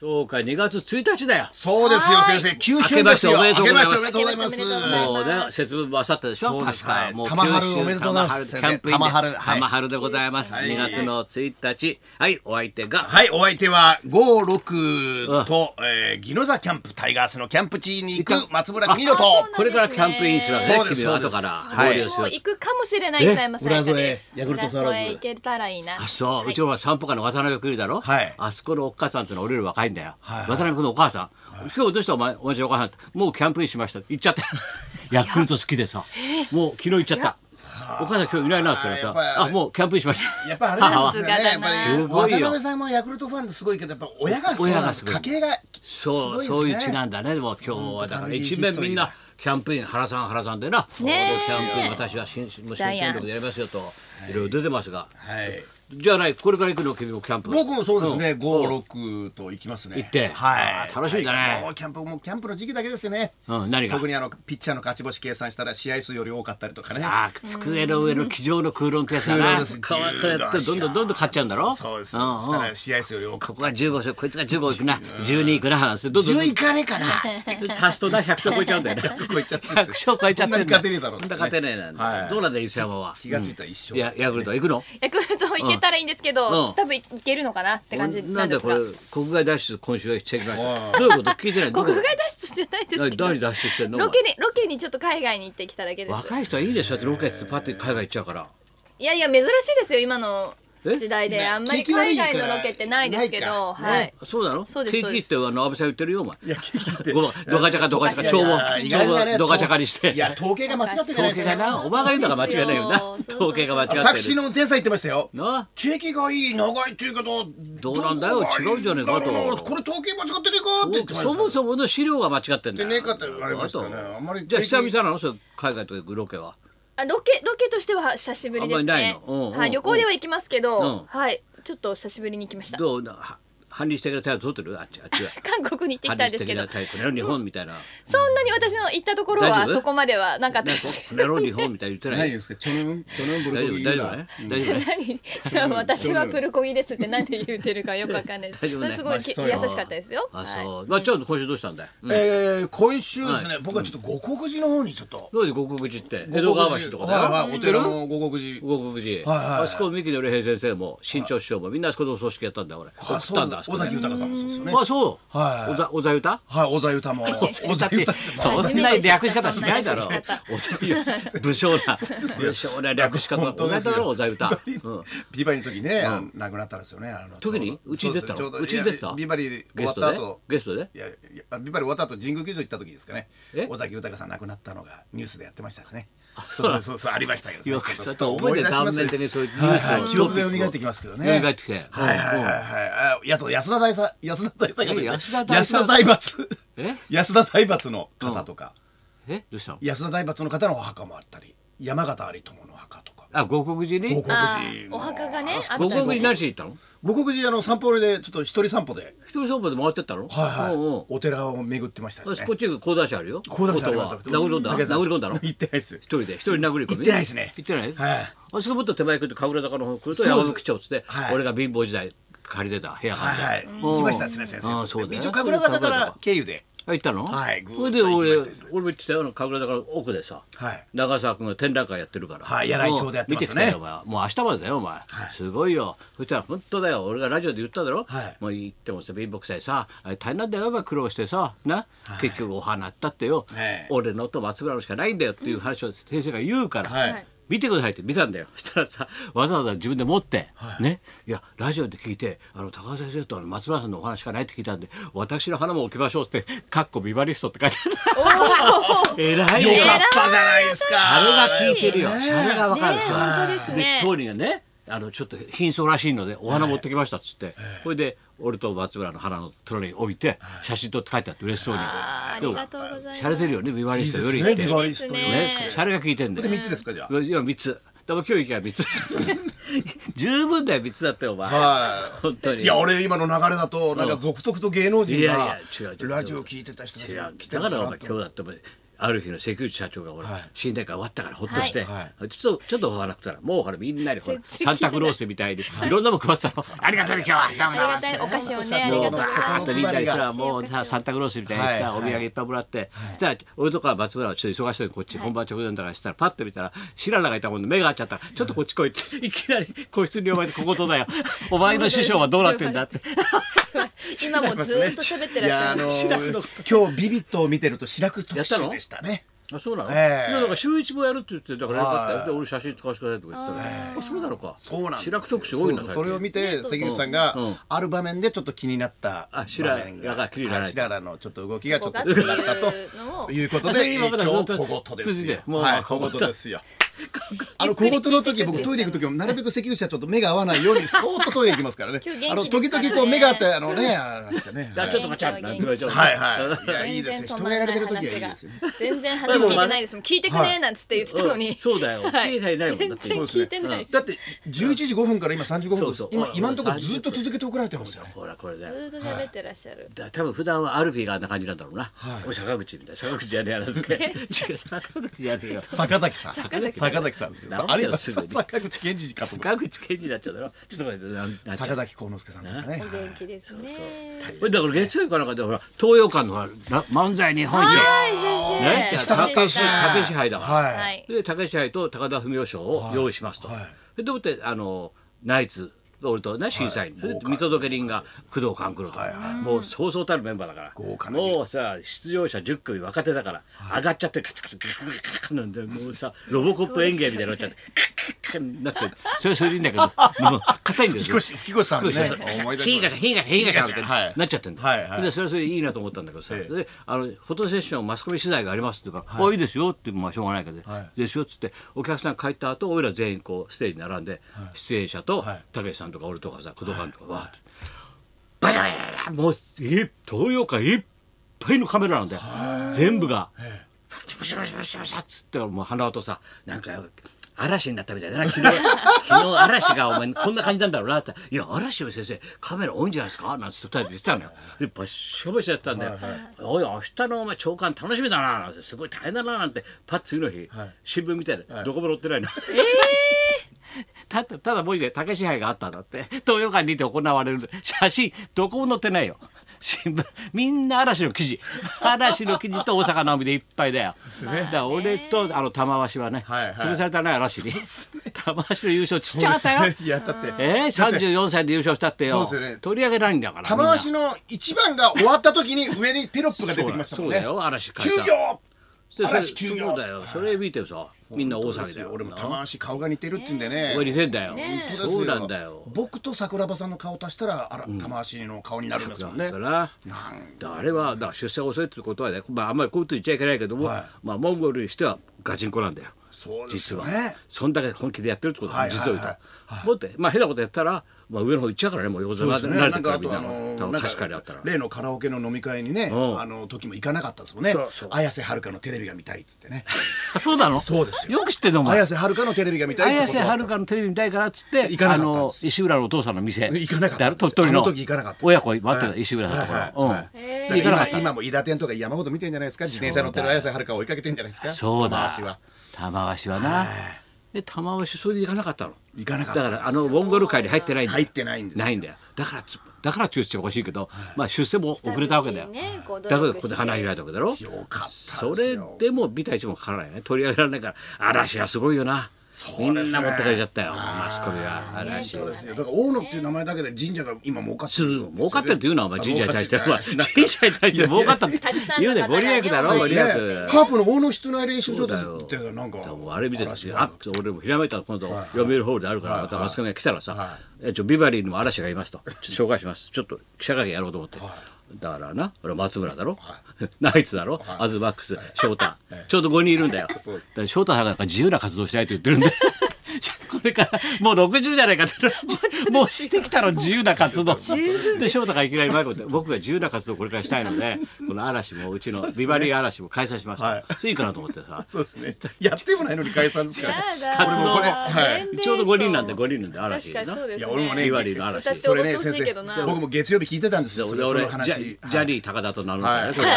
そうか、2月1日だよ。そうですよは先い生九州ですよ明けましておめでとうございま明すけしておめでとうございますもうね、節分もあさってでしょ、そうです確か。もう玉春おめでとうございます九州玉春キャンプインで玉春はい玉春でございます。はい2月の1日。はい、お相手が。はい、お相手は五六と、えー、ギノザキャンプタイガースのキャンプ地に行く松村邦洋と。あこれからキャンプインするわけねそ、うです君は後からそう合です流すもうる。行くかもしれない佐山さやかです。え裏添えヤクルトスワローズ裏添え行けたらいいな。あそう、はいうちのは散歩家の渡辺君いるだろ、はいあそこのお母さんってのは俺より若いんだよ、はい渡辺君のお母さん、今日どうしたお前お前のお母さんってもうキャンプインしました行っちゃった ヤクルト好きでさもう昨日行っちゃったお母さん今日いないなそれやさっぱりあれあもうキャンプインしましやたっぱあれで母すよはね。やっぱりすごいよ渡辺さんもヤクルトファンですごいけど、やっぱ親がそう親なんがですす。ごい家系がすそう、ごいですね。そういう違うんだねでも今日はだから一面みんなキャンプイン原さん原さんでなねえキャンプイン私は新もう新鮮力でやりますよといろいろ出てますが、はい。じゃないこれから行くの君もキャンプ僕もそうですね。五六と行きますね。行ってはあい。ー楽しみだねはいもうキャンプもうキャンプの時期だけですよね。うん何が特にあのピッチャーの勝ち星計算したら試合数より多かったりとかね。あー机の上の机上の空論ってやつだな空こ論ですうやってどんどんどんどん買っちゃうんだろそうです。んうんしたら試合数より多かこっこが15勝こいつが15行くな12行くななんつってどんた。どんど十んいかねえかな。足すとな100勝超えちゃうんだよね100超えちゃって勝超えちゃってそんなにんだ勝てねえだろうそんな勝てねえなんだはいどうなんだよ磯山は気がついたら一緒うんいやヤクルト行くのヤクルト行けたらいいんですけど、うん多分行けるのかなって感じななんんでですこれが。国外脱出今週はしてきましたどういうこと聞いてない国外脱出じゃないですけど。何脱出してんのロケにロケにちょっと海外に行ってきただけです。若い人はいいですよだってロケやっててパッて海外行っちゃうからいやいや珍しいですよ今の時代えであんまり景気悪海いから外のロケってないですけど、ないかはい。そうなのそうですケーキってあの安倍さん言ってるよお前いや聞いてごまドカチャカドカチャカ帳簿い帳やいや簿いやドカチャカにしていや統計が間違ってない統です計かがなお前が言うのが間違いないよなそうそうそう統計が間違ってる私の天才言ってましたよな景気がいい長いっていうけどどうなんだよ違うじゃねえかとどこがいいんだろうなこれ統計間違ってねえかって言ってましたそもそもの資料が間違ってんだよでねえかって言われましたねあんまりじゃあ久々なのそれ海外とか行くロケはあロケロケとしては久しぶりですあんまりないねの。うんうんはい旅行では行きますけど、うんはいちょっと久しぶりに行きました。どうなは反日的な態度取ってるあっちあっちは韓国に行ってきたんですけど反日的な、態度この野郎日本みたいなそんなに私の行ったところ大は丈夫そこまではなかったなでんかす。この野郎日本みたいに言ってなないいですか去年去年ブ大丈夫大丈夫ね大丈夫ね 何 私はプルコギですってなんで言うてるかよくわかんないです。大丈夫ねすごいきまあ優そうしよかったですよ。あはいそうまあちょっと今週どうしたんだようんえー今週ですね僕はちょっと五国寺の方にちょっとどうで五国寺って江戸川橋とかだよはいはいお寺の五国寺五国寺、はいはいはいあそこ三木のり平先生も新潮師匠もみんなあそこでお葬式やったんだよ俺送ったあんだあそそうこ尾で崎豊さんもそうですよねあそう、はいおざおざゆたはい小田 豊も小田って豊そ初んめなて知った略し方しないだろそんな略しおざゆた武将な武将な略し方本当おざでゆすただよろおざゆた、うん、ビバリーの時ね、あの亡くなったんですよね。あの時にうちに出てたのちょうどうちに出てたいやビバリー終ゲわスっトたで後。ゲストでいやいやビバリー終わった後神宮球場行った時ですかねえ尾崎豊さん亡くなったのがニュースでやってましたですねそうそうそうそうありましたけどよくそうやって覚えてちょっと思い出します断面的にそういうニュはーいスをはい記憶で蘇ってきますけどね蘇ってきてはいはいはいはいあやと安田大さ安田大さんがえ安田大佐安田大罰え安田大罰の方とかえどうしたの安田大罰の方のお墓もあったり山形有朋のお墓とかあ五国寺 五に国あ寺ーお墓がねあった五の国寺何しに行ったの五国寺あの散歩でちょっと一人散歩で、一人相場で回ってったのはいはい、うんうんお寺を巡ってましたです私ねこ。っち行く高台車あるよ高台車あります元は殴り込んだ竹内さん殴り込んだの行ってないです。一人で一人殴り込み行ってないですね行ってない、はいあそこもっと手前行くと神楽坂の方来るとそうです山吹町っつって、はい俺が貧乏時代借りてた部屋があって、はいはい、ん行きましたですね先生。あそうだよ一応神楽坂から経由で。あ行ったのはいぐーっそとれで俺行きましたよ俺も行ってたよ神楽坂の奥でさ、はい長澤君が展覧会やってるから、はい柳井町でやってますよねもう見てきたよお前もう明日までだよお前、すごいよそしたら本当だよ俺がラジオで言っただろ、はいもう言ってもさ貧乏くさいさあれ大変なんだよお前苦労してさな、結局お花あったってよ、はい俺のと松村のしかないんだよっていう話を先生が言うから、はい見てくださいって見たんだよ そしたらさわざわざ自分で持って、ねいやラジオで聞いてあの高橋先生とあの松村さんのお話しかないって聞いたんで私の花も置きましょうって「かっこビバリスト」って書いて あった偉いよよかったじゃないですか。シャレが効いてるよシャレがわかる、ねえ本当ですねで当人がねあのちょっと貧相らしいのでお花持ってきましたっつって、それで俺と松村の花のトロに置いて写真撮って帰ってあって嬉しそうにあーあでりもがとうございます。シャレてるよねビバリいスいトでよすりねってビバリストよりね、シャレが効いてんだよ。で三つですかじゃあ今三つ。でも今日行けば三 つ。十分だよ三つだってお前。はい本当に。いや俺今の流れだとなんか続々と芸能人いやいがや違う違うラジオ聞いてた人たち違がう来てだかるなとらお思っ前て今日だってお前ある日の関口社長がほら、はい新年会終わったからほっとして、はいちょっとちょっとほら食ったらもうほらみんなにほら全サ然ンタクロースみたいに、い、ろんなもん配ってたのありがとうね今日はどうもどうもありがたいお菓子をねありもがうとうバーッとみんなにさはいもうさサンタクロースみたいにさ、はいお土産いっぱいもらって、そしたら俺とか松村はちょっと忙しいのにこっち、本番直前だからしたらパッと見たら白良がいたもんで目が合っちゃったからちょっとこっち来いっていきなり個室に呼ばれてこことだよお前の師匠はどうなってんだって今もずっと喋ってらっしゃる。白くの今日ビビットを見てると白く特集でしたねあそうなの、ええいやなんか週一もやるって言ってだからよかったよはいで俺写真使わせてくださいとか言ってたら、あそうなのかそうなんです白く特集多いんだそうそうそれを見てそう関口さんうんうがんある場面でちょっと気になったあ白場面良が気にならないはい白良のちょっと動きがちょっとそ気こがになっっていうのたをということあでそれ今まだずっとえー今日小言で続いすよてもうはい小小言言で すよあの小言の時僕トイレ行く時もなるべく関口社長と目が合わないようにそーっとトイレ行きますからね今日元あ気でのす時々からねこう目が合ってあのねあのなんかねあちょっと待っちゃう元気元気はいはいいやいい全です然ね人止まがやららなれいてる時はいい話でがすよ全然話聞いてないですもん聞いてくねーなんつって言ってたのうんにそうだよは携い帯ないもんだって全然聞いてないですだって11時5分から今35分ですそうそう今今のところずっと続けて送られてますよねほらこれだよずっと喋ってらっしゃるだ多分普段はアルフィーがあんな感じなんだろうな、おい坂口みたいな坂口じゃねえやら ずけ 違う坂口じゃねえよ坂崎さん坂崎さんですよ直あせれよはすぐに坂口健二かと思った坂口健二になっちゃうだろちょっと待ってななっちゃ坂う崎幸之助さんとかねお元気ですねこれだから月曜日かなんかでほら東洋館のほらな漫才日本一はいね先生北方高橋先生高橋杯だから、ははいで高橋愛と高田文夫賞を用意しますと。はいででもってあのナイツ俺とね審査員、で見届け人が工藤官九郎と、もうそうそうたるメンバーだから豪華なもうさ出場者10組若手だから、上がっちゃってカチャカチャカチャカチャカチャカチャなんでもうさロボコップ園芸みたいになっちゃってカチャカチャカチャになってそれはそれでいいんだけどもう硬いんです吹よ。越吹越さんね思い出しましたヒーガシャヒーガシャヒーガシャみたいはいになっちゃってんだ、はいはいでそれはそれでいいなと思ったんだけどさ、ええであのフォトセッションマスコミ取材がありますって言うから「あい、いですよ」ってまあしょうがないけど、はいですよっつってお客さん帰った後俺ら全員こうステージに並んで、出演者とはいたけしさんとか俺とかさ工藤館とかわーって、バラバラバラもうえ東洋館いっぱいのカメラなんだよ全部が。ブシュブシュブシュブシュっつってもう鼻音さなんか嵐になったみたいだな昨日昨日嵐がお前こんな感じなんだろうなって「いや嵐より先生カメラオンじゃないですか?」なんつって二人で言ってたのよでバッシャバシャやったんだよ「おい明日のお前長官楽しみだな」なんてすごい大変だななんてパッ次の日、新聞見たらどこも載ってないの。ただただ文字で竹支配があったんだって 東洋館にて行われる写真どこも載ってないよ新聞みんな嵐の記事 嵐の記事と大阪直美でいっぱいだよだから俺とあの玉鷲はね、はいはい潰されたね嵐に玉鷲の優勝ちっちゃかったよ、いやだってえー、34歳で優勝したってよそうですよね取り上げないんだから玉鷲みんの一番が終わった時に上にテロップがな出てきましたもそんうねだよ嵐休解散業それ嵐休業そうだよそれ見てさみんな大騒ぎだよ俺も玉鷲顔が似てるって言うんでねこれ似てんだよ、本当ですそうなんだよ僕と桜庭さんの顔足したらあら玉鷲の顔になるんですもんねだなだあれはだから出世が遅いってことはね、まあ、あんまりこういうこと言っちゃいけないけども、はいまあ、モンゴルにしてはガチンコなんだよそうです実よは、ねそんだけ本気でやってるってことだ、はいはいはい実を言うと。もってまあ変なことやったら、まあ、上の方行っちゃうからねもう横綱そうでになすね慣れなてんるかからあみんなとあのの多な分んか確かにあったら。例のカラオケの飲み会にねうんあの時も行かなかったですもんねそうそう綾瀬はるかのテレビが見たいっつってねあそうなのそうですよよく知ってんのお前綾瀬はるかのテレビが見たいっつっ綾瀬てことだったはるかのテレビ見たいからっつって行かなかあったんですの石浦のお父さんの店行かなかったんですだろ鳥取のあの時行かなかった親子待ってた、はい石浦のところ、はいはいはいうんへーだ行かからなかった今今も伊田店とか山ほど見てんじゃないですか自転車乗ってる綾瀬はるかを追いかけてんじゃないですかそう玉だ鷲は玉鷲はなで玉鷲それで行かなかったの行かなかったんだですからあのモンゴル界に入ってないんだよ入ってないんですよないんだよだからつだから中止はおかしいけど、まあ出世も遅れたわけだよ、下積みねこうだ努け力どここで花開いたわけだろよかったですそよれでも見た一もかからないよね取り上げられないから嵐はすごいよなそうみんですねな持ってかれちゃったよマスコミが嵐そうですよだから大野っていう名前だけで神社が今儲かってする儲かってるって言うなお前神社に対しておあ前儲かってる神社に対して儲かったってたくさん言のうね方ご利益だろがごそう利です益ねカープの大野室内練習場だそうってなんかだからもうあれ見てる嵐があ俺もひらめいたの今度読売ホールであるからまたマスコミが来たらさ「えちょビバリーにも嵐がいます」と「ちょっと紹介しますちょっと記者会見やろうと思って」だからな俺は松村だろ ナイツだろアズマックス翔太ちょうど5人いるん だよだから 翔太さんがなんか自由な活動したいと言ってるんでこれからもう60じゃないかってもうしてきたの自由な活動十分で翔太がいきなり前も言って僕が自由な活動をこれからしたいのでこの嵐もうちのビバリー嵐も開催しました、はいそれいいかなと思ってさそうですね。 やってもないのに解散ですから。だ俺もこれはい年齢層ちょうど五人なんで五人なんで嵐確かにそうですいや俺もねビバリーの嵐私じとそ踊れねってほしい先けどな生僕も月曜日聞いてたんですゃよあそ俺れそ俺のジャ話ジャーリー高田と名乗るからはねいこれか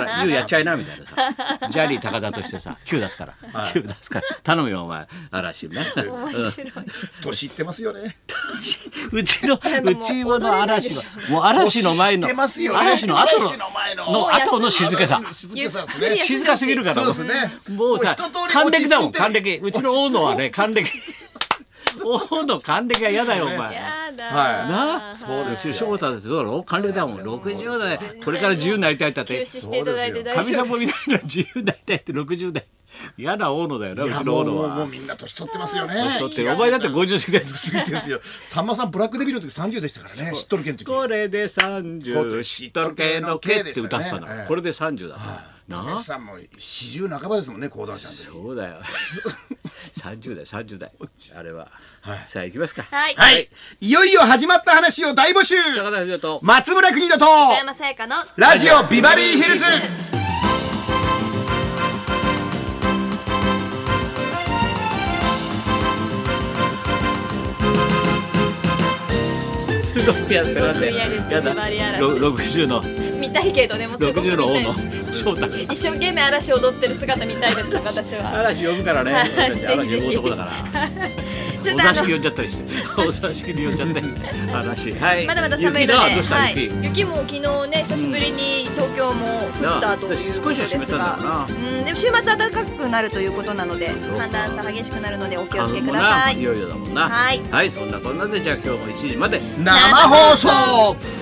ら これから「YOU やっちゃいな」みたいな さジャリー高田としてさ Q 出すから Q 出すから頼むよお前嵐 ね面白い年いってますよねうちのもううちも踊のれないで嵐しのもう嵐の前の年いってますよね嵐の後嵐の前ののの後の静けさ嵐の静けさですねゆっくり静かすぎるからそうですねもうさもう一通り還暦だもん落ち着いて還暦うちの大野はね還暦大野還暦は嫌だよお前やだはいなあそうですようち翔太だってどうなの還暦だもん60代これから自由になりたいって言った休って止していただいて大かみ丈さん夫もみたいな自由になりたいって60代嫌な大野だよなういやちのも大う野もうもはうみんな年取ってますよね年取ってるお前だって50過ぎてすぎですよさんまさんブラックデビルの時30でしたからね知っとるけん時これで30知っとる系の系って歌ってたんえだえこれで30だなな皆あさんも四十半ばですもんね講談社の時そうだよ 30代30代あれはさあ行きますかはいはいいよいよ始まった話を大募集高田秀と松村邦人と北山さやかのラジオビバリーヒルズすごくやってらんねとりあえずやだビバリー嵐ろ60の見たいけどねもうすごく見た60のい王でのす翔太一生懸命嵐踊ってる姿見たいです私は嵐呼ぶからねはい俺たち嵐呼ぶ男だからちょっおとあ座敷呼んのじゃったり してお座敷に呼んじゃって嵐はいまだまだ寒いので、雪などうした、はい、雪雪も昨日ね久しぶりに東京も降ったというこなあ少とでしは湿っすたんだがろ、うん、でも週末暖かくなるということなのでそうか寒暖差激しくなるのでお気を花つけ粉くもださないい。よいよだもんなはいはい、そんなこんなでじゃあ今日も1時まで生放送